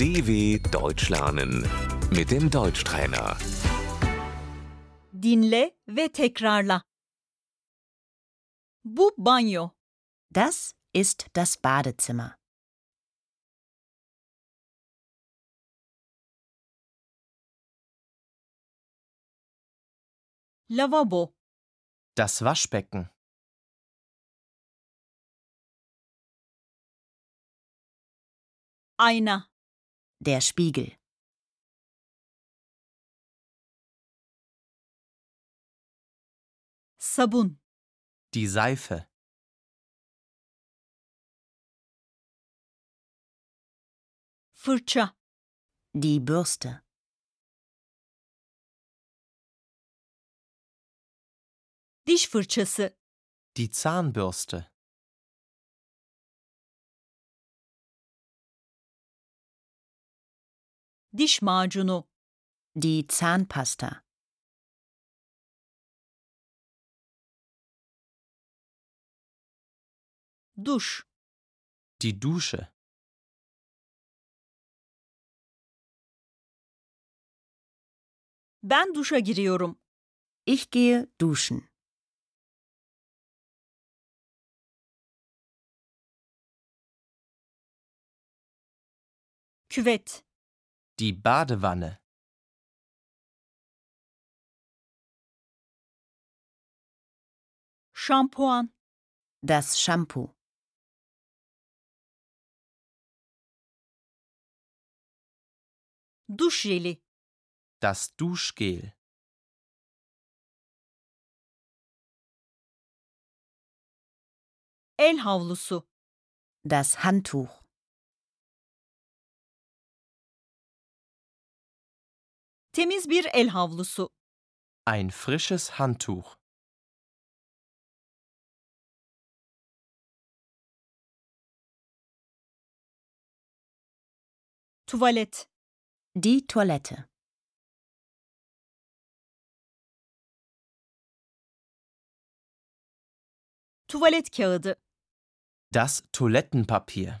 DW Deutsch lernen mit dem Deutschtrainer. Dinle ve tekrarla. Bu banyo. Das ist das Badezimmer. Lavabo. Das Waschbecken. Ayna. Der Spiegel. Sabun. Die Seife. Fırça. Die Bürste. Diş fırçası. Die Zahnbürste. Diş macunu. Die Zahnpasta. Duş. Die Dusche. Ben duşa giriyorum. Ich gehe duschen. Küvet. Die Badewanne. Şampuan. Das Shampoo. Duş jeli. Das Duschgel. El havlusu. Das Handtuch. Temiz bir el havlusu. Ein frisches Handtuch. Tuvalet. Die Toilette. Tuvalet kağıdı. Das Toilettenpapier.